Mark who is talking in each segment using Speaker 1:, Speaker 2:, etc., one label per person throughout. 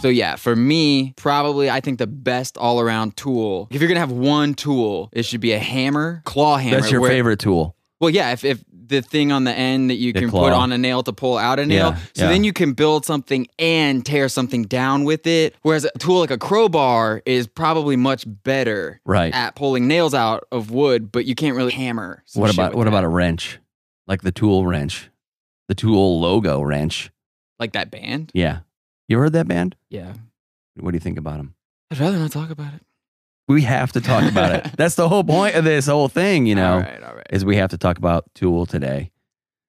Speaker 1: So yeah, for me, probably I think the best all-around tool. If you're gonna have one tool, it should be a hammer, claw hammer.
Speaker 2: That's your
Speaker 1: where-
Speaker 2: favorite tool.
Speaker 1: Well, yeah, if, if the thing on the end that you
Speaker 2: The
Speaker 1: can
Speaker 2: claw.
Speaker 1: put on a nail to pull out a nail,
Speaker 2: Yeah,
Speaker 1: so
Speaker 2: yeah.
Speaker 1: then you can build something and tear something down with it. Whereas a tool like a crowbar is probably much better
Speaker 2: Right.
Speaker 1: at pulling nails out of wood, but you can't really hammer. some
Speaker 2: What
Speaker 1: shit
Speaker 2: about
Speaker 1: with
Speaker 2: what
Speaker 1: that.
Speaker 2: about a wrench? Like the tool wrench. The tool logo wrench.
Speaker 1: like that band?
Speaker 2: Yeah. You ever heard that band?
Speaker 1: Yeah,
Speaker 2: What do you think about them?
Speaker 1: I'd rather not talk about it.
Speaker 2: We have to talk about it. That's the whole point of this whole thing, you know,
Speaker 1: all right, all right.
Speaker 2: is we have to talk about Tool today.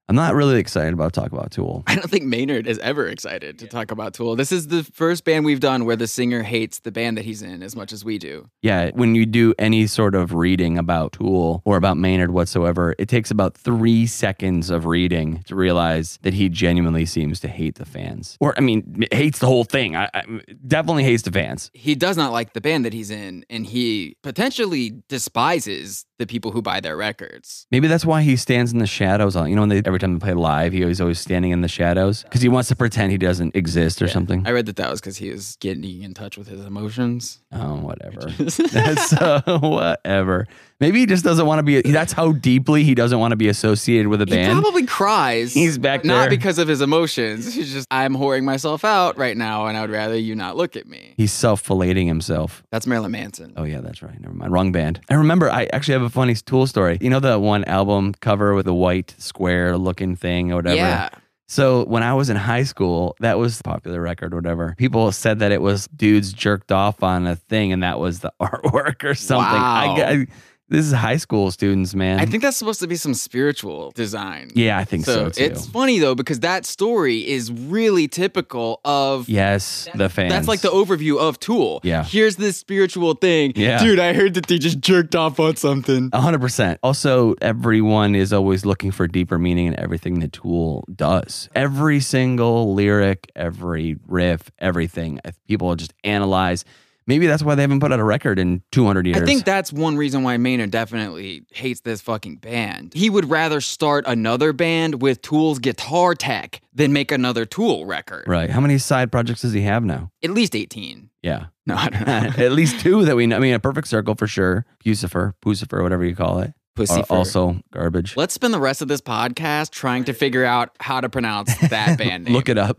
Speaker 2: I'm not really excited about talk about Tool.
Speaker 1: I don't think Maynard is ever excited to talk about Tool. This is the first band we've done where the singer hates the band that he's in as much as we do.
Speaker 2: Yeah, when you do any sort of reading about Tool or about Maynard whatsoever, it takes about three seconds of reading to realize that he genuinely seems to hate the fans. Or, I mean, hates the whole thing. I, I, definitely hates the fans.
Speaker 1: He does not like the band that he's in, and he potentially despises the people who buy their records.
Speaker 2: Maybe that's why he stands in the shadows. On you know, when they, every time they play live, he was always standing in the shadows because he wants to pretend he doesn't exist or something.
Speaker 1: I read that that was because he was getting in touch with his emotions.
Speaker 2: oh, whatever. that's uh, whatever. Maybe he just doesn't want to be. That's how deeply he doesn't want to be associated with a
Speaker 1: He
Speaker 2: band.
Speaker 1: probably cries.
Speaker 2: He's back
Speaker 1: but Not
Speaker 2: there.
Speaker 1: because of his emotions. He's just, I'm whoring myself out right now, and I would rather you not look at me.
Speaker 2: He's self-filleting himself.
Speaker 1: That's Marilyn Manson.
Speaker 2: Oh yeah, that's right. Never mind. Wrong band. I remember I actually have a funny tool story. You know that one album cover with the white square looking thing or whatever?
Speaker 1: yeah.
Speaker 2: So when I was in high school, that was the popular record or whatever. People said that it was dudes jerked off on a thing and that was the artwork or something.
Speaker 1: Wow.
Speaker 2: I, g- I- this is high school students, man.
Speaker 1: I think that's supposed to be some spiritual design.
Speaker 2: Yeah, I think so, too.
Speaker 1: it's funny though because that story is really typical of
Speaker 2: yes, the fans.
Speaker 1: That's like the overview of Tool.
Speaker 2: Yeah.
Speaker 1: Here's this spiritual thing.
Speaker 2: Yeah. Oh,
Speaker 1: Dude, I heard that they just jerked off on something.
Speaker 2: 100%. Also, everyone is always looking for deeper meaning in everything the tool does. Every single lyric, every riff, everything. If People just analyze. Maybe that's why they haven't put out a record in 200 years.
Speaker 1: I think that's one reason why Maynard definitely hates this fucking band. He would rather start another band with Tool's guitar tech than make another Tool record.
Speaker 2: Right. How many side projects does he have now?
Speaker 1: At least 18.
Speaker 2: Yeah.
Speaker 1: No, I don't know.
Speaker 2: At least two that we know. I mean, a perfect circle for sure. Pucifer, Pucifer, whatever you call it.
Speaker 1: Pussy
Speaker 2: Are
Speaker 1: fur.
Speaker 2: also garbage.
Speaker 1: Let's spend the rest of this podcast trying to figure out how to pronounce that band name.
Speaker 2: Look it up.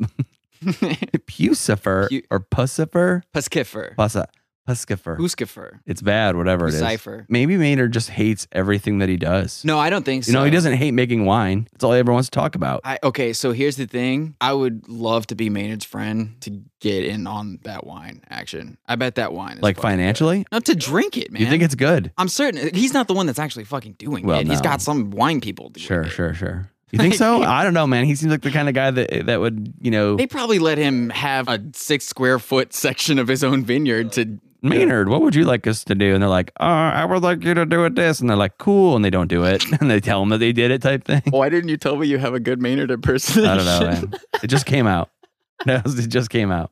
Speaker 2: Pucifer
Speaker 1: Pu-
Speaker 2: or Pucifer?
Speaker 1: Puskifer.
Speaker 2: Pusa. Pucifer.
Speaker 1: Huskifer.
Speaker 2: It's bad, whatever it is.
Speaker 1: Cipher.
Speaker 2: Maybe Maynard just hates everything that he does.
Speaker 1: No, I don't think so.
Speaker 2: You know, he doesn't hate making wine. That's all he ever wants to talk about.
Speaker 1: I, okay, so here's the thing. I would love to be Maynard's friend to get in on that wine action. I bet that wine is
Speaker 2: like
Speaker 1: fucking
Speaker 2: financially?
Speaker 1: good. Not to drink it, man.
Speaker 2: You think it's good?
Speaker 1: I'm certain he's not the one that's actually fucking doing
Speaker 2: Well,
Speaker 1: it. He's
Speaker 2: no.
Speaker 1: got some wine people. Doing
Speaker 2: Sure,
Speaker 1: it.
Speaker 2: sure, sure. You think so? I don't know, man. He seems like the kind of guy that that would, you know,
Speaker 1: They probably let him have a six square foot section of his own vineyard to.
Speaker 2: Maynard, what would you like us to do? And they're like, oh, I would like you to do it this. And they're like, cool. And they don't do it. And they tell him that they did it type thing.
Speaker 1: Why didn't you tell me you have a good Maynard impersonation?
Speaker 2: I don't know, man. It just came out. No, it just came out.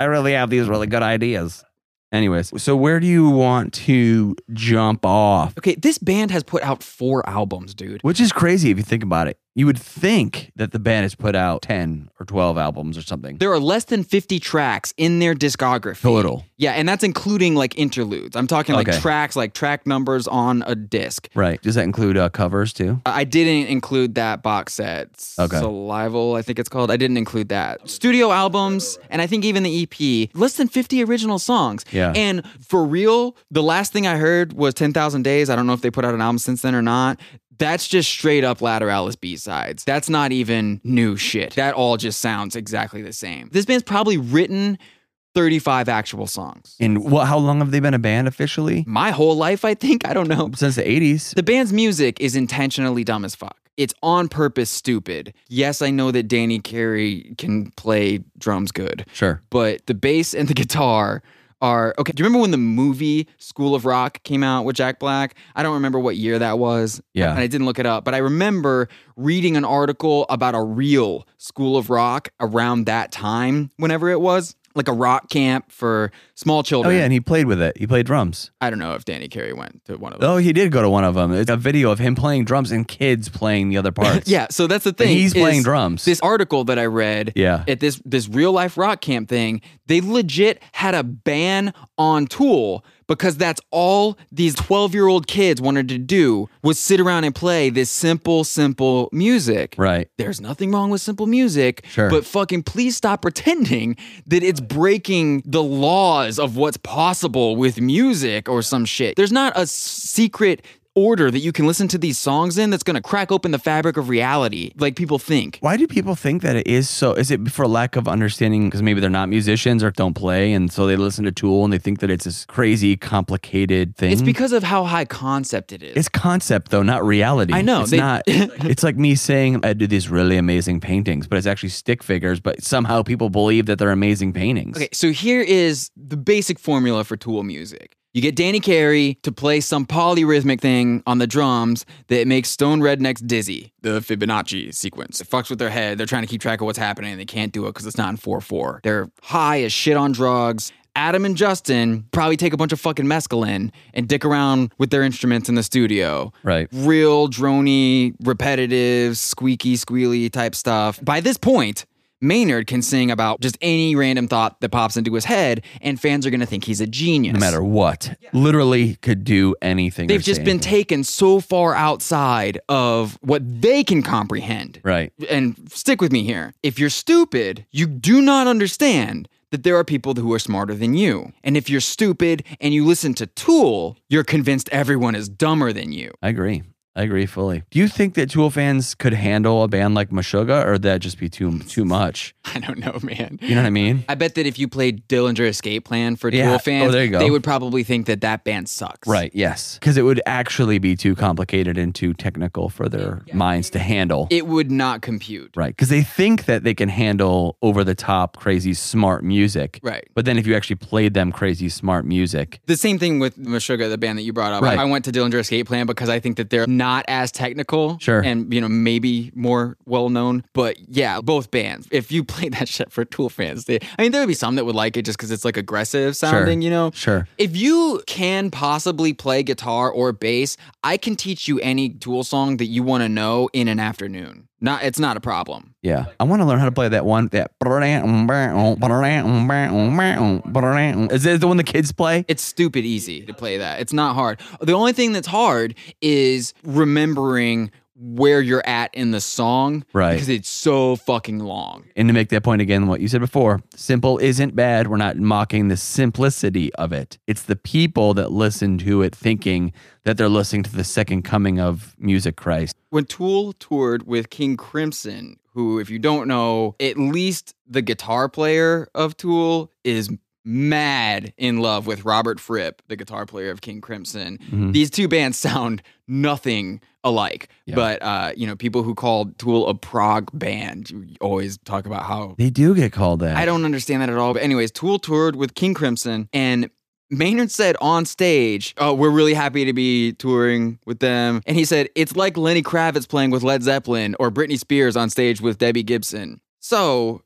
Speaker 2: I really have these really good ideas. Anyways, so where do you want to jump off?
Speaker 1: Okay, this band has put out four albums, dude.
Speaker 2: Which is crazy if you think about it. You would think that the band has put out 10 or 12 albums or something.
Speaker 1: There are less than 50 tracks in their discography.
Speaker 2: Total.
Speaker 1: Yeah, and that's including like interludes. I'm talking like
Speaker 2: Okay.
Speaker 1: tracks, like track numbers on a disc.
Speaker 2: Right. Does that include uh, covers too?
Speaker 1: I didn't include that box set.
Speaker 2: Okay.
Speaker 1: Salival, I think it's called. I didn't include that. Studio albums, and I think even the EP, less than 50 original songs.
Speaker 2: Yeah.
Speaker 1: And for real, the last thing I heard was 10,000 Days. I don't know if they put out an album since then or not. That's just straight up Lateralis B sides. That's not even new shit. That all just sounds exactly the same. This band's probably written 35 actual songs.
Speaker 2: And what, how long have they been a band officially?
Speaker 1: My whole life, I think. I don't know.
Speaker 2: Since the 80s.
Speaker 1: The band's music is intentionally dumb as fuck. It's on purpose stupid. Yes, I know that Danny Carey can play drums good,
Speaker 2: Sure.
Speaker 1: but the bass and the guitar are okay. Do you remember when the movie School of Rock came out with Jack Black? I don't remember what year that was.
Speaker 2: Yeah.
Speaker 1: And I didn't look it up, but I remember reading an article about a real School of Rock around that time, whenever it was. like a rock camp for small
Speaker 2: Oh
Speaker 1: children.
Speaker 2: yeah, and he played with it. He played drums.
Speaker 1: I don't know if Danny Carey went to one of those.
Speaker 2: Oh, he did go to one of them. It's a video of him playing drums and kids playing the other parts.
Speaker 1: yeah, so that's the
Speaker 2: And
Speaker 1: thing.
Speaker 2: he's playing
Speaker 1: is
Speaker 2: drums.
Speaker 1: This article that I read
Speaker 2: yeah.
Speaker 1: at this this real life rock camp thing, they legit had a ban on Tool because that's all these 12-year-old kids wanted to do was sit around and play this simple simple music.
Speaker 2: right.
Speaker 1: There's nothing wrong with simple music,
Speaker 2: Sure.
Speaker 1: but fucking please stop pretending that it's breaking the laws of what's possible with music or some shit. There's not a s- secret order that you can listen to these songs in that's gonna crack open the fabric of reality, like people think.
Speaker 2: Why do people think that it is so? Is it for lack of understanding? Because maybe they're not musicians or don't play, and so they listen to Tool and they think that it's this crazy, complicated thing.
Speaker 1: It's because of how high concept it is.
Speaker 2: It's concept though, not reality.
Speaker 1: I know,
Speaker 2: It's
Speaker 1: they-
Speaker 2: not. it's like me saying I do these really amazing paintings, but it's actually stick figures. But somehow people believe that they're amazing paintings.
Speaker 1: Okay, so here is the basic formula for Tool music. You get Danny Carey to play some polyrhythmic thing on the drums that makes stone rednecks dizzy. The Fibonacci sequence. It fucks with their head. They're trying to keep track of what's happening and they can't do it because it's not in 4 4. They're high as shit on drugs. Adam and Justin probably take a bunch of fucking mescaline and dick around with their instruments in the studio
Speaker 2: Right.
Speaker 1: real drony, repetitive, squeaky, squealy type stuff. By this point, Maynard can sing about just any random thought that pops into his head, and fans are going to think he's a genius.
Speaker 2: No matter what, literally could do anything.
Speaker 1: They've just been taken so far outside of what they can comprehend.
Speaker 2: right.
Speaker 1: And stick with me here. If you're stupid, you do not understand that there are people who are smarter than you. And if you're stupid and you listen to Tool, you're convinced everyone is dumber than you.
Speaker 2: I agree. I agree fully. Do you think that Tool fans could handle a band like Meshuggah, or would that just be too too much?
Speaker 1: I don't know, man.
Speaker 2: You know what I mean?
Speaker 1: I bet that if you played Dillinger Escape Plan for
Speaker 2: Yeah.
Speaker 1: Tool fans,
Speaker 2: Oh, there you go.
Speaker 1: they would probably think that that band sucks.
Speaker 2: Right. Yes. Because it would actually be too complicated and too technical for their minds to handle.
Speaker 1: It would not compute.
Speaker 2: Right. Because they think that they can handle over the top, crazy, smart music.
Speaker 1: Right.
Speaker 2: But then if you actually played them crazy, smart music,
Speaker 1: The same thing with Meshuggah, the band that you brought up.
Speaker 2: Right.
Speaker 1: I went to Dillinger Escape Plan because I think that they're not as technical.
Speaker 2: Sure.
Speaker 1: And, you know, maybe more well known. But yeah, both bands. If you played that shit for Tool fans, they, I mean, there would be some that would like it just because it's like aggressive sounding, you know?
Speaker 2: sure.
Speaker 1: If you can possibly play guitar or bass, I can teach you any Tool song that you want to know in an afternoon. Not, it's not a problem.
Speaker 2: Yeah. I want to learn how to play that one. That is it the one the kids play?
Speaker 1: It's stupid easy to play that. It's not hard. The only thing that's hard is remembering where you're at in the song,
Speaker 2: Right.
Speaker 1: Because it's so fucking long.
Speaker 2: And to make that point again, what you said before, simple isn't bad. We're not mocking the simplicity of it. It's the people that listen to it thinking that they're listening to the second coming of music Christ.
Speaker 1: When Tool toured with King Crimson, who, if you don't know, at least the guitar player of Tool is mad in love with Robert Fripp, the guitar player of King Crimson.
Speaker 2: Mhm.
Speaker 1: These two bands sound nothing alike,
Speaker 2: Yeah.
Speaker 1: but uh, you know, people who called Tool a prog band you always talk about how
Speaker 2: They do get called that.
Speaker 1: I don't understand that at all. But anyways, Tool toured with King Crimson and Maynard said on stage, "Oh, we're really happy to be touring with them." And he said, "It's like Lenny Kravitz playing with Led Zeppelin or Britney Spears on stage with Debbie Gibson." So,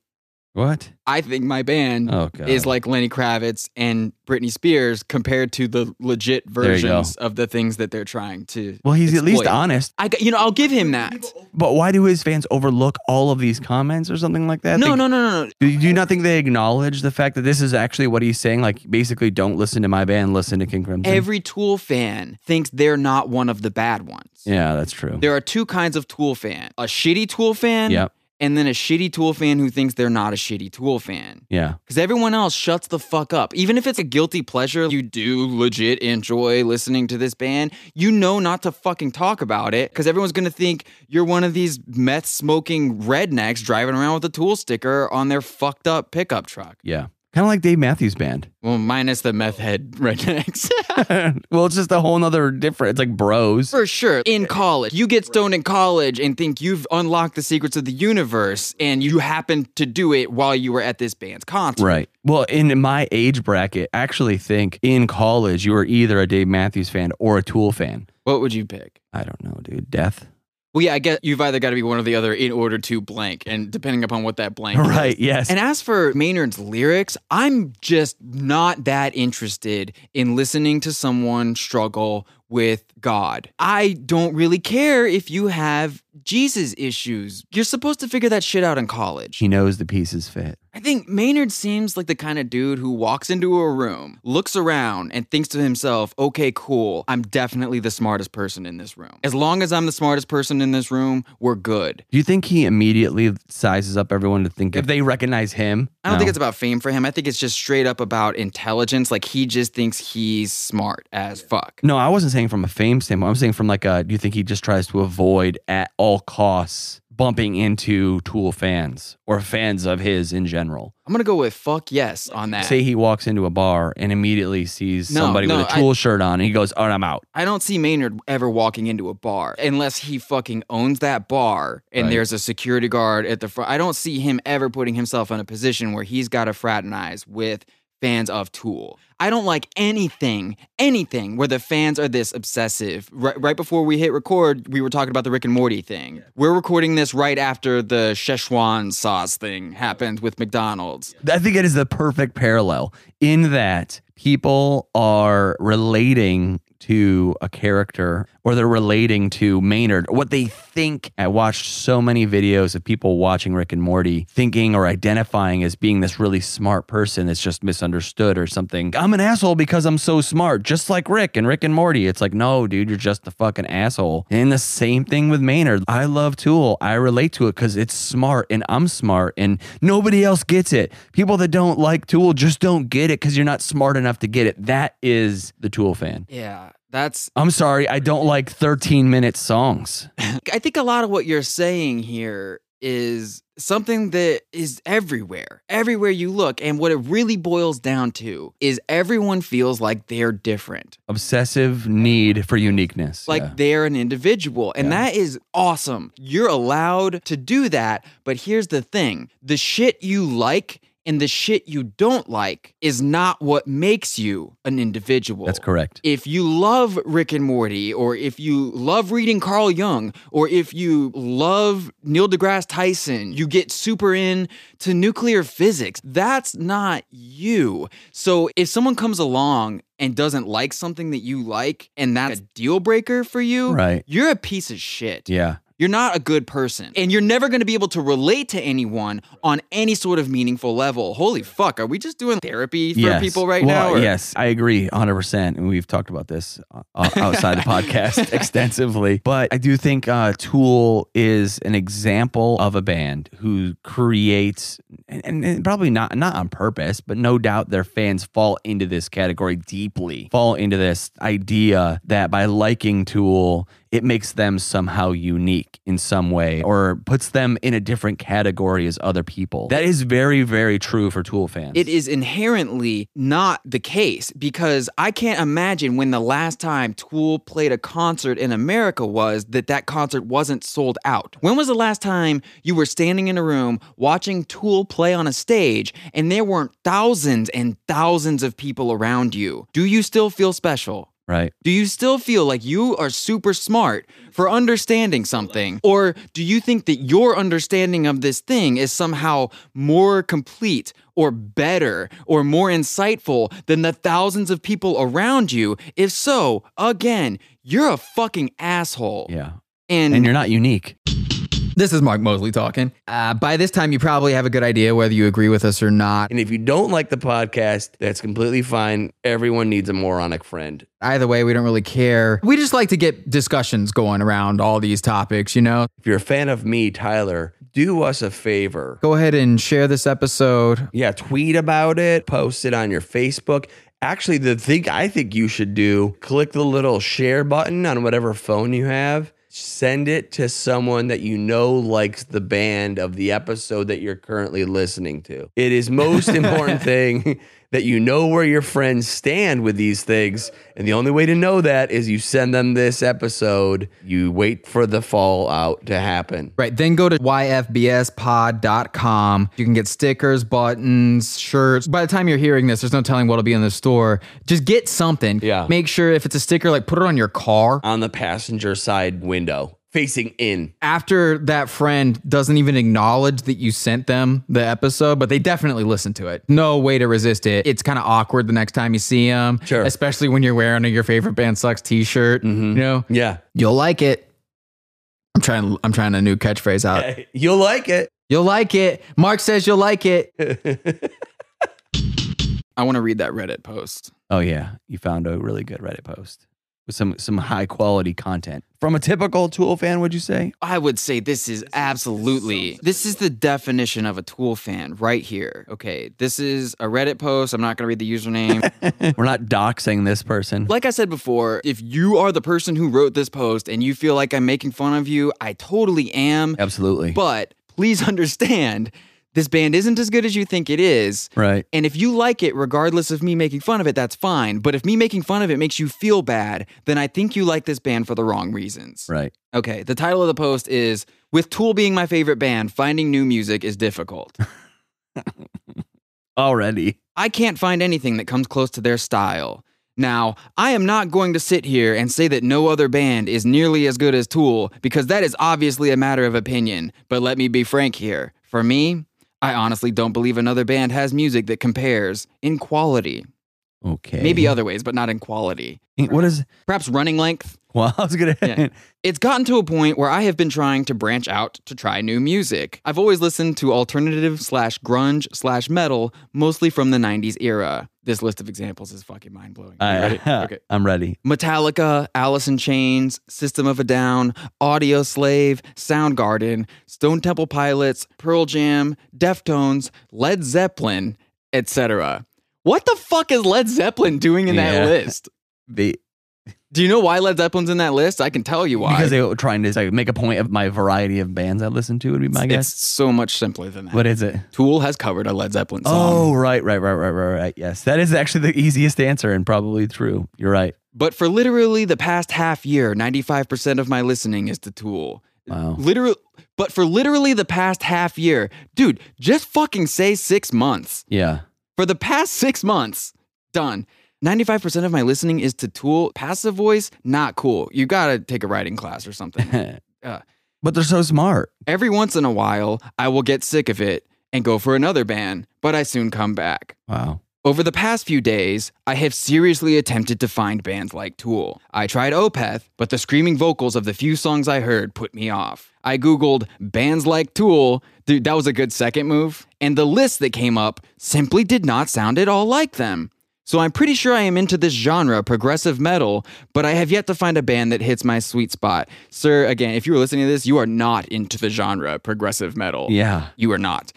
Speaker 2: What?
Speaker 1: I think my band
Speaker 2: Oh, God.
Speaker 1: is like Lenny Kravitz and Britney Spears compared to the legit
Speaker 2: There you go.
Speaker 1: versions of the things that they're trying to
Speaker 2: well, he's at least
Speaker 1: exploit.
Speaker 2: honest.
Speaker 1: I got- you know, I'll give him that.
Speaker 2: But why do his fans overlook all of these comments or something like that?
Speaker 1: No,
Speaker 2: They-
Speaker 1: no, no, no, no.
Speaker 2: Do you, do you not think they acknowledge the fact that this is actually what he's saying? Like, basically, don't listen to my band, listen to King Crimson.
Speaker 1: Every Tool fan thinks they're not one of the bad ones.
Speaker 2: yeah, that's true.
Speaker 1: There are two kinds of Tool fan: a shitty Tool fan,
Speaker 2: Yep.
Speaker 1: and then a shitty Tool fan who thinks they're not a shitty Tool fan.
Speaker 2: Yeah.
Speaker 1: Because everyone else shuts the fuck up. Even if it's a guilty pleasure, you do legit enjoy listening to this band. You know not to fucking talk about it because everyone's gonna think you're one of these meth smoking rednecks driving around with a tool sticker on their fucked up pickup truck.
Speaker 2: Yeah. Kind of like Dave Matthews Band.
Speaker 1: Well, minus the meth head rednecks.
Speaker 2: well, it's just a whole nother different. It's like bros.
Speaker 1: For sure. In college. You get stoned in college and think you've unlocked the secrets of the universe and you happen to do it while you were at this band's concert.
Speaker 2: Right. Well, in my age bracket, I actually think in college you were either a Dave Matthews fan or a Tool fan.
Speaker 1: What would you pick?
Speaker 2: I don't know, dude. Death.
Speaker 1: Well, yeah, I guess you've either got to be one or the other in order to blank, and depending upon what that blank is.
Speaker 2: Right. Yes.
Speaker 1: And as for Maynard's lyrics, I'm just not that interested in listening to someone struggle with God. I don't really care if you have Jesus issues. You're supposed to figure that shit out in college.
Speaker 2: he knows the pieces fit.
Speaker 1: I think Maynard seems like the kind of dude who walks into a room, looks around, and thinks to himself, okay, cool, I'm definitely the smartest person in this room. As long as I'm the smartest person in this room, we're good.
Speaker 2: Do you think he immediately sizes up everyone to think if they recognize him?
Speaker 1: I don't think it's about fame for him. I think it's just straight up about intelligence. Like he just thinks he's smart as fuck.
Speaker 2: No, I wasn't saying from a fame standpoint. I'm saying from like a. Do you think he just tries to avoid at all costs bumping into Tool fans or fans of his in general?
Speaker 1: I'm gonna go with fuck yes on that.
Speaker 2: Say he walks into a bar and immediately sees
Speaker 1: No,
Speaker 2: somebody
Speaker 1: no,
Speaker 2: with a
Speaker 1: I-
Speaker 2: Tool shirt on, and he goes, "Oh, I'm out."
Speaker 1: I don't see Maynard ever walking into a bar unless he fucking owns that bar and
Speaker 2: Right.
Speaker 1: there's a security guard at the front. I don't see him ever putting himself in a position where he's got to fraternize with fans of Tool. I don't like anything, anything where the fans are this obsessive. Right, right before we hit record, we were talking about the Rick and Morty thing. We're recording this right after the Szechuan sauce thing happened with McDonald's.
Speaker 2: I think it is the perfect parallel in that people are relating to a character or they're relating to Maynard, what they think. I watched so many videos of people watching Rick and Morty thinking or identifying as being this really smart person that's just misunderstood or something. I'm an asshole because I'm so smart, just like Rick and Rick and Morty. It's like, no, dude, you're just a fucking asshole. And the same thing with Maynard. I love Tool. I relate to it because it's smart and I'm smart and nobody else gets it. People that don't like Tool just don't get it because you're not smart enough to get it. That is the Tool fan.
Speaker 1: Yeah, that's
Speaker 2: I'm sorry, I don't like 13 minute songs.
Speaker 1: I think a lot of what you're saying here is something that is everywhere, everywhere you look. And what it really boils down to is everyone feels like they're different,
Speaker 2: Obsessive need for uniqueness.
Speaker 1: like
Speaker 2: Yeah.
Speaker 1: they're an individual. And
Speaker 2: Yeah.
Speaker 1: that is awesome. You're allowed to do that. But here's the thing the shit you like and the shit you don't like is not what makes you an individual.
Speaker 2: that's correct.
Speaker 1: If you love Rick and Morty, or if you love reading Carl Jung, or if you love Neil deGrasse Tyson, you get super in to nuclear physics. That's not you. So if someone comes along and doesn't like something that you like, and that's a deal breaker for you,
Speaker 2: Right.
Speaker 1: you're a piece of shit.
Speaker 2: Yeah.
Speaker 1: You're not a good person. And you're never going to be able to relate to anyone on any sort of meaningful level. Holy fuck, are we just doing therapy for
Speaker 2: Yes.
Speaker 1: people right
Speaker 2: Well,
Speaker 1: now? or-
Speaker 2: Yes, I agree 100%. And we've talked about this uh, outside the podcast extensively. But I do think uh, Tool is an example of a band who creates, and, and, and probably not, not on purpose, but no doubt their fans fall into this category deeply, fall into this idea that by liking Tool, it makes them somehow unique in some way or puts them in a different category as other people. That is very, very true for Tool fans.
Speaker 1: It is inherently not the case because I can't imagine when the last time Tool played a concert in America was that that concert wasn't sold out. When was the last time you were standing in a room watching Tool play on a stage and there weren't thousands and thousands of people around you? Do you still feel special?
Speaker 2: Right.
Speaker 1: Do you still feel like you are super smart for understanding something? Or do you think that your understanding of this thing is somehow more complete or better or more insightful than the thousands of people around you? If so, again, you're a fucking asshole.
Speaker 2: Yeah.
Speaker 1: And,
Speaker 2: And you're not unique.
Speaker 1: this is Mark Mosley talking. Uh, by this time, you probably have a good idea whether you agree with us or not.
Speaker 2: And if you don't like the podcast, that's completely fine. Everyone needs a moronic friend.
Speaker 1: Either way, we don't really care. We just like to get discussions going around all these topics, you know?
Speaker 2: If you're a fan of me, Tyler, do us a favor.
Speaker 1: Go ahead and share this episode.
Speaker 2: Yeah, tweet about it, post it on your Facebook. Actually, the thing I think you should do, click the little share button on whatever phone you have. Send it to someone that you know likes the band of the episode that you're currently listening to. It is most important thing that you know where your friends stand with these things. And the only way to know that is you send them this episode. You wait for the fallout to happen.
Speaker 1: Right. Then go to yfbspod.com. You can get stickers, buttons, shirts. By the time you're hearing this, there's no telling what'll be in the store. Just get something.
Speaker 2: Yeah.
Speaker 1: Make sure if it's a sticker, like put it on your car.
Speaker 2: On the passenger side window. facing in.
Speaker 3: After that friend doesn't even acknowledge that you sent them the episode, but they definitely listen to it. No way to resist it. It's kind of awkward the next time you see them,
Speaker 2: Sure.
Speaker 3: especially when you're wearing a your favorite band sucks T-shirt.
Speaker 2: Mhm.
Speaker 3: You know,
Speaker 2: Yeah.
Speaker 3: you'll like it. I'm trying. I'm trying a new catchphrase out.
Speaker 2: You'll like it.
Speaker 3: You'll like it. Mark says you'll like it.
Speaker 1: I want to read that Reddit post.
Speaker 2: oh yeah, you found a really good Reddit post with some some high quality content from a typical Tool fan. Would you say?
Speaker 1: I would say this is absolutely this is the definition of a Tool fan right here. Okay, this is a Reddit post. I'm not gonna read the username.
Speaker 2: We're not doxing this person.
Speaker 1: Like I said before, if you are the person who wrote this post and you feel like I'm making fun of you, I totally am.
Speaker 2: Absolutely.
Speaker 1: But please understand, this band isn't as good as you think it is.
Speaker 2: right.
Speaker 1: And if you like it, regardless of me making fun of it, that's fine. But if me making fun of it makes you feel bad, then I think you like this band for the wrong reasons.
Speaker 2: Right.
Speaker 1: Okay, the title of the post is With Tool being my favorite band, finding new music is difficult.
Speaker 2: Already.
Speaker 1: I can't find anything that comes close to their style. Now, I am not going to sit here and say that no other band is nearly as good as Tool, because that is obviously a matter of opinion. But let me be frank here. For me, I honestly don't believe another band has music that compares in quality.
Speaker 2: Okay.
Speaker 1: Maybe other ways, but not in quality.
Speaker 2: What is?
Speaker 1: Perhaps running length.
Speaker 2: Well, I was gonna.
Speaker 1: Yeah. It's gotten to a point where I have been trying to branch out to try new music. I've always listened to alternative slash grunge slash metal, mostly from the 90s era. This list of examples is fucking mind blowing. okay.
Speaker 2: I'm ready.
Speaker 1: Metallica, Alice in Chains, System of a Down, Audio Slave, Soundgarden, Stone Temple Pilots, Pearl Jam, Deftones, Led Zeppelin, etc. What the fuck is Led Zeppelin doing in that
Speaker 2: Yeah.
Speaker 1: list?
Speaker 2: They,
Speaker 1: Do you know why Led Zeppelin's in that list? I can tell you why.
Speaker 2: because they were trying to like, make a point of my variety of bands I listen to would be my guess.
Speaker 1: It's so much simpler than that.
Speaker 2: What is it?
Speaker 1: Tool has covered a Led Zeppelin song.
Speaker 2: Oh, right, right, right, right, right, right. Yes, that is actually the easiest answer and probably true. You're right.
Speaker 1: But for literally the past half year, 95% of my listening is to Tool.
Speaker 2: Wow.
Speaker 1: Literally, but for literally the past half year, dude, just fucking say six months.
Speaker 2: Yeah.
Speaker 1: For the past six months, done. 95% of my listening is to Tool. Passive voice, not cool. You gotta take a writing class or something. Yeah.
Speaker 2: but they're so smart.
Speaker 1: Every once in a while, I will get sick of it and go for another band, but I soon come back.
Speaker 2: Wow.
Speaker 1: Over the past few days, I have seriously attempted to find bands like Tool. I tried Opeth, but the screaming vocals of the few songs I heard put me off. I Googled bands like Tool, dude, that was a good second move, and the list that came up simply did not sound at all like them. So I'm pretty sure I am into this genre, progressive metal, but I have yet to find a band that hits my sweet spot. Sir, again, if you were listening to this, you are not into the genre, progressive metal
Speaker 2: Yeah.
Speaker 1: you are not.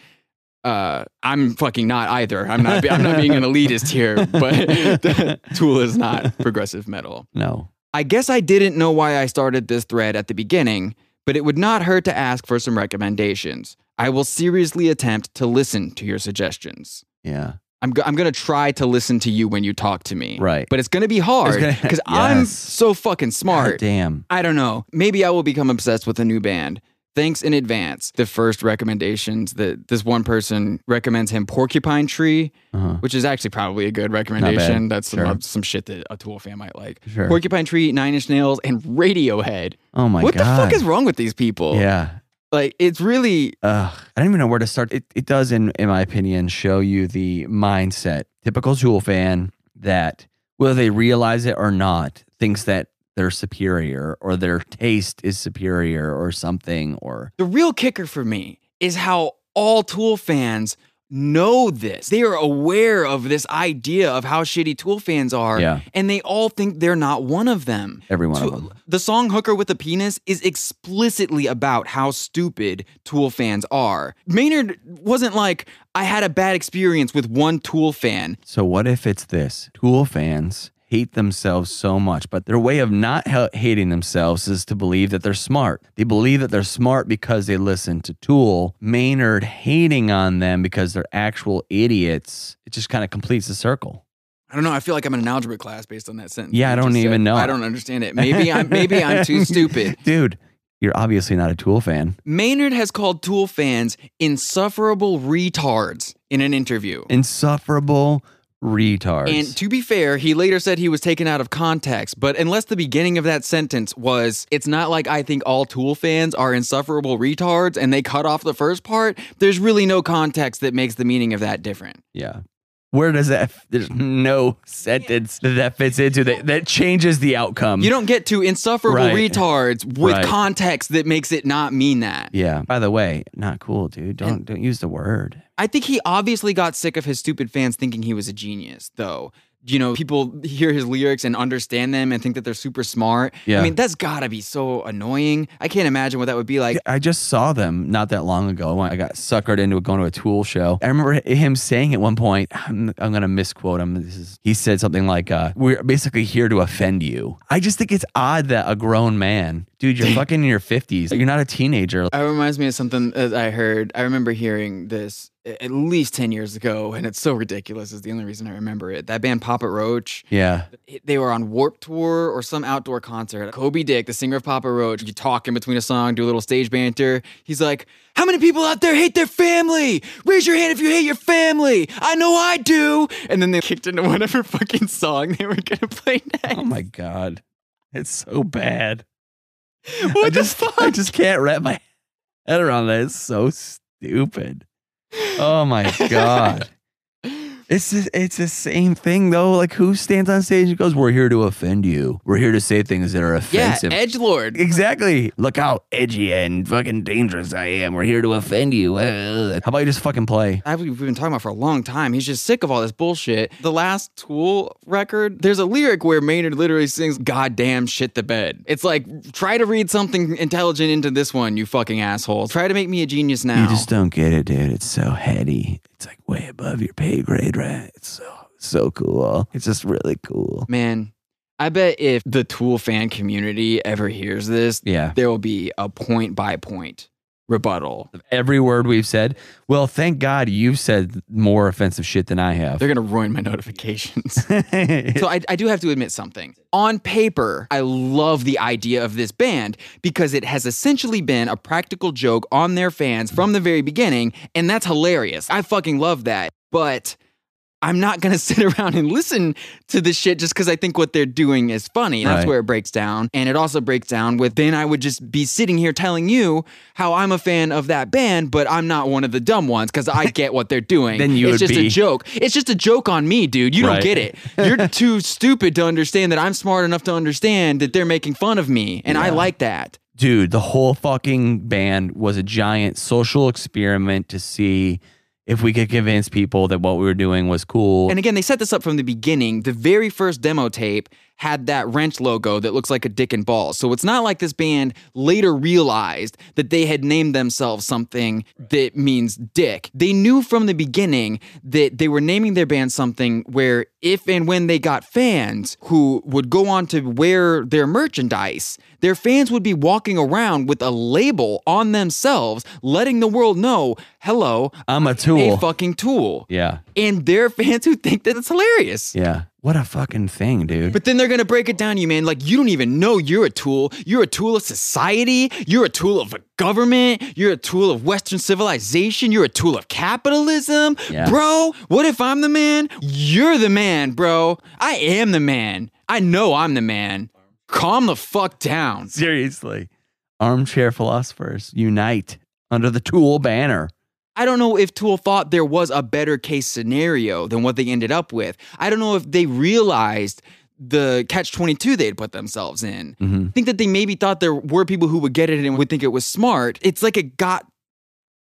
Speaker 1: Uh, I'm fucking not either. I'm not. I'm not being an elitist here, but Tool is not progressive metal.
Speaker 2: No.
Speaker 1: I guess I didn't know why I started this thread at the beginning, but it would not hurt to ask for some recommendations. I will seriously attempt to listen to your suggestions.
Speaker 2: Yeah.
Speaker 1: I'm, go- I'm gonna try to listen to you when you talk to me.
Speaker 2: Right.
Speaker 1: But it's gonna be hard
Speaker 2: gonna-
Speaker 1: because I'm
Speaker 2: Yes.
Speaker 1: so fucking smart.
Speaker 2: God damn.
Speaker 1: I don't know. Maybe I will become obsessed with a new band. Thanks in advance. The first recommendations that this one person recommends him Porcupine Tree,
Speaker 2: Uh-huh.
Speaker 1: which is actually probably a good recommendation. That's some,
Speaker 2: Sure.
Speaker 1: some shit that a Tool fan might like.
Speaker 2: Sure.
Speaker 1: Porcupine Tree, Nine Inch Nails, and Radiohead.
Speaker 2: Oh my
Speaker 1: what
Speaker 2: god.
Speaker 1: the fuck is wrong with these people?
Speaker 2: Yeah.
Speaker 1: Like, it's really.
Speaker 2: Ugh. I don't even know where to start. It, it does, in, in my opinion, show you the mindset. Typical Tool fan that, whether they realize it or not, thinks that they're superior or their taste is superior or something or
Speaker 1: The real kicker for me is how all Tool fans know this. They are aware of this idea of how shitty Tool fans are,
Speaker 2: Yeah.
Speaker 1: and they all think they're not one of them.
Speaker 2: every one of
Speaker 1: Tool-
Speaker 2: them.
Speaker 1: The song Hooker with a Penis is explicitly about how stupid Tool fans are. Maynard wasn't like, I had a bad experience with one Tool fan.
Speaker 2: So, what if it's this? Tool fans hate themselves so much, but their way of not ha- hating themselves is to believe that they're smart. They believe that they're smart because they listen to Tool. Maynard hating on them because they're actual idiots. It just kind of completes the circle.
Speaker 1: I don't know. I feel like I'm in an algebra class based on that sentence.
Speaker 2: Yeah, I
Speaker 1: you
Speaker 2: don't
Speaker 1: just
Speaker 2: even
Speaker 1: said.
Speaker 2: know.
Speaker 1: I don't understand it. Maybe I'm maybe I'm too stupid.
Speaker 2: Dude, you're obviously not a Tool fan.
Speaker 1: Maynard has called Tool fans insufferable retards in an interview.
Speaker 2: Insufferable retards.
Speaker 1: And to be fair, he later said he was taken out of context, but unless the beginning of that sentence was, it's not like I think all Tool fans are insufferable retards and they cut off the first part, there's really no context that makes the meaning of that different.
Speaker 2: yeah. Where does that? There's no sentence that that fits into that that changes the outcome.
Speaker 1: You don't get to insufferable
Speaker 2: Mm. Right.
Speaker 1: retards with
Speaker 2: Right.
Speaker 1: context that makes it not mean that.
Speaker 2: yeah. By the way, not cool, dude. Don't don't use the word.
Speaker 1: I think he obviously got sick of his stupid fans thinking he was a genius, though. You know, people hear his lyrics and understand them and think that they're super smart.
Speaker 2: Yeah.
Speaker 1: I mean, that's gotta be so annoying. I can't imagine what that would be like.
Speaker 2: I just saw them not that long ago. I got suckered into going to a Tool show. I remember him saying at one point, "I'm, I'm going to misquote him." This is he said something like, uh, "We're basically here to offend you." I just think it's odd that a grown man, dude, you're fucking in your fifties. You're not a teenager.
Speaker 1: It reminds me of something that I heard. I remember hearing this a- at least 10 years ago, and it's so ridiculous, is the only reason I remember it. That band Papa Roach,
Speaker 2: Yeah,
Speaker 1: it- they were on Warp Tour or some outdoor concert. Kobe Dick, the singer of Papa Roach, you talk in between a song, do a little stage banter. He's like, How many people out there hate their family? Raise your hand if you hate your family. I know I do. And then they kicked into whatever fucking song they were going to play next.
Speaker 2: Oh my god, it's so bad.
Speaker 1: what
Speaker 2: I
Speaker 1: the
Speaker 2: just
Speaker 1: fuck?
Speaker 2: I just can't wrap my head around that. It's so stupid. Oh my god. It's the, it's the same thing though. Like who stands on stage and goes, "We're here to offend you. We're here to say things that are
Speaker 1: yeah,
Speaker 2: offensive."
Speaker 1: Edge Lord.
Speaker 2: exactly. Look how edgy and fucking dangerous I am. We're here to offend you. Uh, How about you just fucking play?
Speaker 1: I we've been talking about for a long time. He's just sick of all this bullshit. The last Tool record, there's a lyric where Maynard literally sings "Goddamn shit the bed." It's like try to read something intelligent into this one, you fucking asshole. Try to make me a genius now.
Speaker 2: You just don't get it, dude. It's so heady. It's like way above your pay grade, right? It's so so cool. It's just really cool.
Speaker 1: Man, I bet if the Tool fan community ever hears this,
Speaker 2: Yeah.
Speaker 1: there will be a point by point rebuttal.
Speaker 2: every word we've said. Well, thank God you've said more offensive shit than I have.
Speaker 1: They're gonna ruin my notifications. So I, I do have to admit something. On paper, I love the idea of this band because it has essentially been a practical joke on their fans from the very beginning, and that's hilarious. I fucking love that. But I'm not gonna sit around and listen to this shit just because I think what they're doing is funny. That's
Speaker 2: Right.
Speaker 1: where it breaks down. And it also breaks down with then I would just be sitting here telling you how I'm a fan of that band, but I'm not one of the dumb ones because I get what they're doing.
Speaker 2: Then you
Speaker 1: it's
Speaker 2: would
Speaker 1: just
Speaker 2: be-
Speaker 1: a joke. It's just a joke on me, dude. You don't
Speaker 2: Right.
Speaker 1: get it. You're too stupid to understand that I'm smart enough to understand that they're making fun of me, and I like that.
Speaker 2: Dude, the whole fucking band was a giant social experiment to see if we could convince people that what we were doing was cool.
Speaker 1: And again, they set this up from the beginning. The very first demo tape had that wrench logo that looks like a dick and ball. So it's not like this band later realized that they had named themselves something that means dick. They knew from the beginning that they were naming their band something where if and when they got fans who would go on to wear their merchandise, their fans would be walking around with a label on themselves, letting the world know, hello,
Speaker 2: I'm a
Speaker 1: I'm
Speaker 2: tool.
Speaker 1: a fucking tool
Speaker 2: yeah.
Speaker 1: and their fans who think that it's hilarious.
Speaker 2: Yeah. What a fucking thing, dude.
Speaker 1: But then they're gonna break it down to you, man. Like you don't even know you're a tool. You're a tool of society. You're a tool of a government. You're a tool of Western civilization. You're a tool of capitalism,
Speaker 2: Yeah.
Speaker 1: bro. What if I'm the man? You're the man, bro. I am the man. I know I'm the man. Calm the fuck down.
Speaker 2: seriously, armchair philosophers unite under the tool banner.
Speaker 1: I don't know if Tool thought there was a better case scenario than what they ended up with. I don't know if they realized the catch 22 they'd put themselves in. I think that they maybe thought there were people who would get it and would think it was smart. It's like it got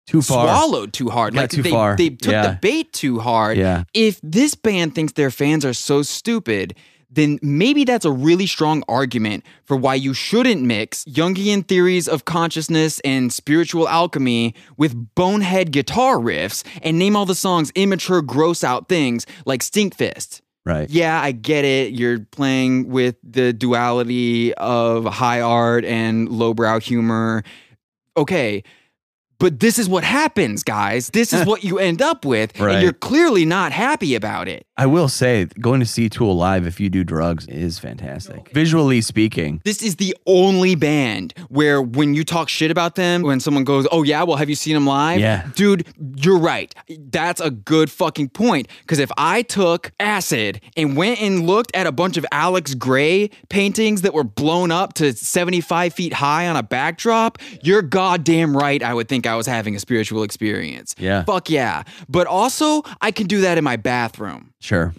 Speaker 2: Too far.
Speaker 1: swallowed too hard.
Speaker 2: Got
Speaker 1: like
Speaker 2: too
Speaker 1: they,
Speaker 2: far.
Speaker 1: they took
Speaker 2: Yeah.
Speaker 1: the bait too hard.
Speaker 2: Yeah.
Speaker 1: If this band thinks their fans are so stupid, then maybe that's a really strong argument for why you shouldn't mix Jungian theories of consciousness and spiritual alchemy with bonehead guitar riffs and name all the songs immature, gross out things like Stinkfist.
Speaker 2: Right.
Speaker 1: Yeah, I get it. You're playing with the duality of high art and lowbrow humor. Okay. But this is what happens, guys. This is what you end up with.
Speaker 2: Right.
Speaker 1: And you're clearly not happy about it.
Speaker 2: I will say, going to see Tool live if you do drugs is fantastic. Visually speaking,
Speaker 1: This is the only band where when you talk shit about them, when someone goes, "Oh yeah, well have you seen them live?"
Speaker 2: Yeah.
Speaker 1: Dude, you're right. That's a good fucking point cuz if I took acid and went and looked at a bunch of Alex Gray paintings that were blown up to 75 feet high on a backdrop, you're goddamn right I would think I was having a spiritual experience.
Speaker 2: Yeah.
Speaker 1: Fuck yeah. But also, I can do that in my bathroom.
Speaker 2: sure.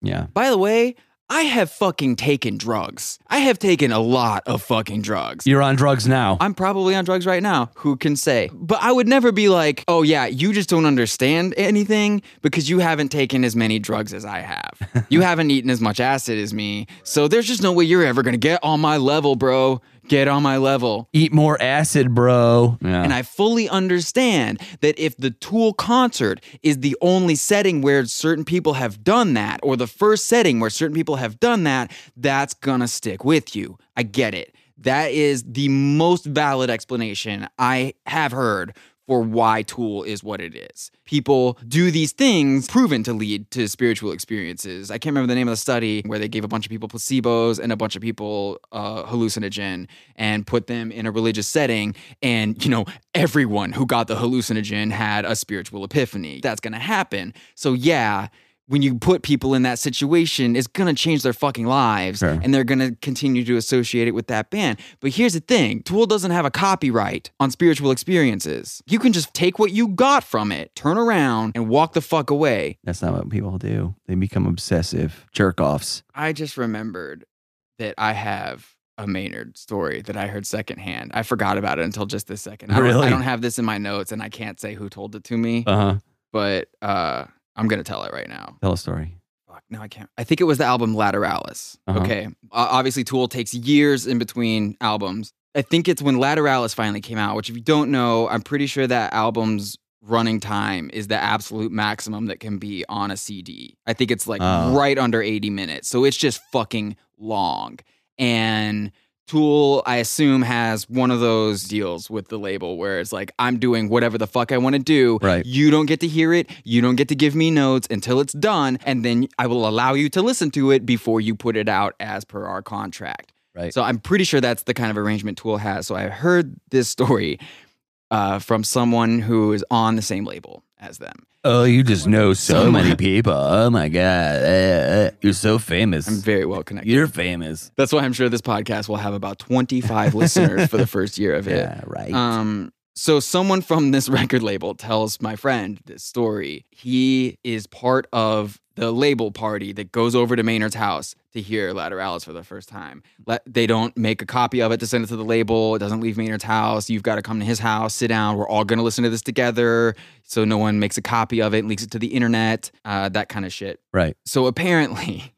Speaker 2: Yeah.
Speaker 1: By the way, I have fucking taken drugs. I have taken a lot of fucking drugs.
Speaker 2: You're on drugs now.
Speaker 1: I'm probably on drugs right now. Who can say? But I would never be like, oh, yeah, you just don't understand anything because you haven't taken as many drugs as I have. you haven't eaten as much acid as me. So there's just no way you're ever going to get on my level, bro. Get on my level.
Speaker 2: Eat more acid, bro. Yeah.
Speaker 1: And I fully understand that if the Tool concert is the only setting where certain people have done that, or the first setting where certain people have done that, that's gonna stick with you. I get it. That is the most valid explanation I have heard for why Tool is what it is. People do these things proven to lead to spiritual experiences. I can't remember the name of the study where they gave a bunch of people placebos and a bunch of people uh, hallucinogen and put them in a religious setting. And, you know, everyone who got the hallucinogen had a spiritual epiphany. That's going to happen. So, yeah. When you put people in that situation, it's gonna change their fucking lives
Speaker 2: Sure.
Speaker 1: and they're going to continue to associate it with that band. But here's the thing Tool doesn't have a copyright on spiritual experiences. You can just take what you got from it, turn around, and walk the fuck away.
Speaker 2: That's not what people do. They become obsessive jerk offs.
Speaker 1: I just remembered that I have a Maynard story that I heard secondhand. I forgot about it until just this second. I don't,
Speaker 2: Really?
Speaker 1: I don't have this in my notes and I can't say who told it to me,
Speaker 2: Uh huh.
Speaker 1: but uh, I'm going to tell it right now.
Speaker 2: Tell a story.
Speaker 1: fuck, no, I can't. I think it was the album Lateralis.
Speaker 2: Uh-huh.
Speaker 1: Okay. O- obviously, Tool takes years in between albums. I think it's when Lateralis finally came out, which, if you don't know, I'm pretty sure that album's running time is the absolute maximum that can be on a CD. I think it's like
Speaker 2: Oh.
Speaker 1: right under 80 minutes. So it's just fucking long. And Tool, I assume, has one of those deals with the label where it's like, I'm doing whatever the fuck I want to do.
Speaker 2: Right.
Speaker 1: You don't get to hear it. You don't get to give me notes until it's done. And then I will allow you to listen to it before you put it out as per our contract.
Speaker 2: Right.
Speaker 1: So I'm pretty sure that's the kind of arrangement Tool has. So I heard this story uh, from someone who is on the same label as them.
Speaker 2: Oh, you just know so
Speaker 1: Someone-
Speaker 2: many people. Oh my god, Eh, eh. you're so famous.
Speaker 1: I'm very well connected.
Speaker 2: you're famous.
Speaker 1: That's why I'm sure this podcast will have about 25 listeners for the first year of it.
Speaker 2: Yeah, right.
Speaker 1: Um, so someone from this record label tells my friend this story. He is part of the label party that goes over to Maynard's house to hear Lateralis for the first time. Let, they don't make a copy of it to send it to the label. It doesn't leave Maynard's house. You've got to come to his house, sit down. We're all going to listen to this together. So no one makes a copy of it and leaks it to the internet, uh, that kind of shit.
Speaker 2: right.
Speaker 1: So apparently,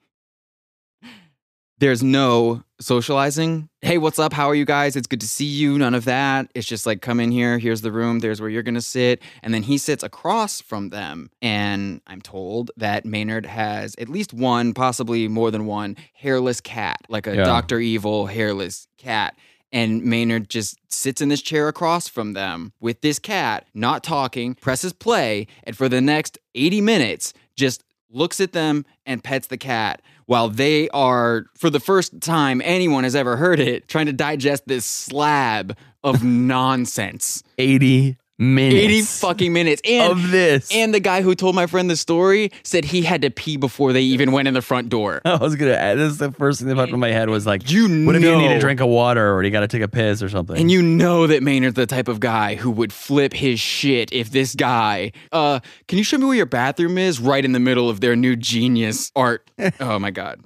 Speaker 1: there's no socializing. Hey, what's up? How are you guys? It's good to see you. None of that. It's just like, come in here. Here's the room. There's where you're going to sit. And then he sits across from them. And I'm told that Maynard has at least one, possibly more than one, hairless cat, like a
Speaker 2: Yeah.
Speaker 1: Dr. Evil hairless cat. And Maynard just sits in this chair across from them with this cat, not talking, presses play, and for the next 80 minutes, just looks at them and pets the cat while they are, for the first time anyone has ever heard it, trying to digest this slab of nonsense.
Speaker 2: 80 minutes.
Speaker 1: 80 fucking minutes. And,
Speaker 2: of this.
Speaker 1: and the guy who told my friend the story said he had to pee before they even went in the front door.
Speaker 2: I was gonna. add- This is the first thing that popped in my head was like,
Speaker 1: You
Speaker 2: Uh, what if you need
Speaker 1: know-
Speaker 2: a drink of water or you got to take a piss or something?
Speaker 1: And you know that Maynard's the type of guy who would flip his shit if this guy, uh, can you show me where your bathroom is? Right in the middle of their new genius art. Oh my God.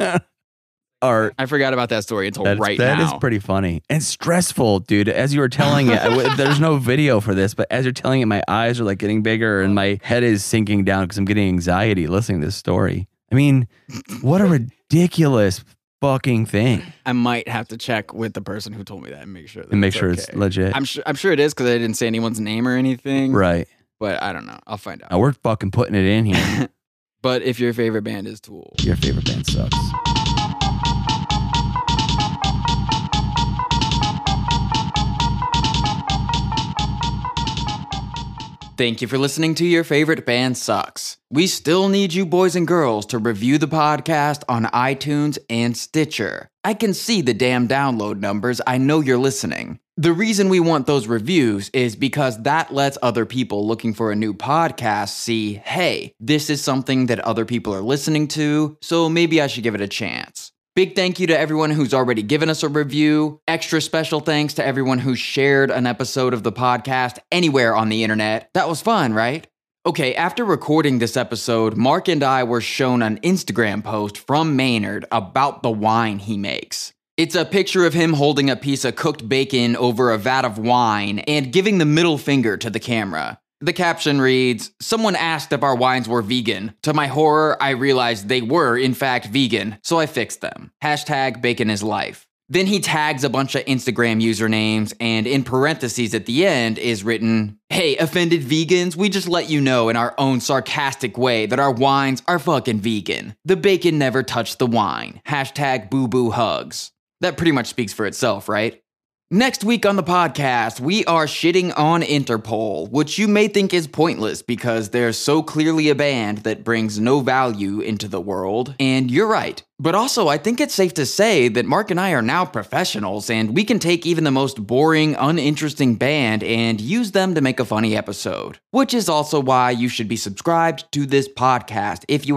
Speaker 2: are
Speaker 1: I forgot about that story until
Speaker 2: that is-
Speaker 1: Oh, right
Speaker 2: that
Speaker 1: now.
Speaker 2: is pretty funny and stressful, dude. As you were telling it, I w- there's no video for this, but as you're telling it, my eyes are like getting bigger and my head is sinking down because I'm getting anxiety listening to this story. I mean, what a ridiculous fucking thing.
Speaker 1: I might have to check with the person who told me that and make sure that
Speaker 2: And make sure it's
Speaker 1: okay.
Speaker 2: legit,
Speaker 1: I'm sure I'm sure it is because I didn't say anyone's name or anything.
Speaker 2: right?
Speaker 1: But I don't know. I'll find out.
Speaker 2: Now we're fucking putting it in here.
Speaker 1: But if your favorite band is Tool,
Speaker 2: Your favorite band sucks.
Speaker 1: Thank you for listening to Your Favorite Band Sucks. We still need you, boys and girls, to review the podcast on iTunes and Stitcher. I can see the damn download numbers. I know you're listening. The reason we want those reviews is because that lets other people looking for a new podcast see hey, this is something that other people are listening to, so maybe I should give it a chance. Big thank you to everyone who's already given us a review. Extra special thanks to everyone who shared an episode of the podcast anywhere on the internet. That was fun, right? Okay, after recording this episode, Mark and I were shown an Instagram post from Maynard about the wine he makes. It's a picture of him holding a piece of cooked bacon over a vat of wine and giving the middle finger to the camera. The caption reads Someone asked if our wines were vegan. To my horror, I realized they were, in fact, vegan, so I fixed them. Hashtag bacon is life. Then he tags a bunch of Instagram usernames, and in parentheses at the end is written Hey, offended vegans, we just let you know in our own sarcastic way that our wines are fucking vegan. The bacon never touched the wine. Hashtag boo boo hugs. That pretty much speaks for itself, right? Next week on the podcast, we are shitting on Interpol, which you may think is pointless because they're so clearly a band that brings no value into the world. And you're right. But also, I think it's safe to say that Mark and I are now professionals, and we can take even the most boring, uninteresting band and use them to make a funny episode. Which is also why you should be subscribed to this podcast if you are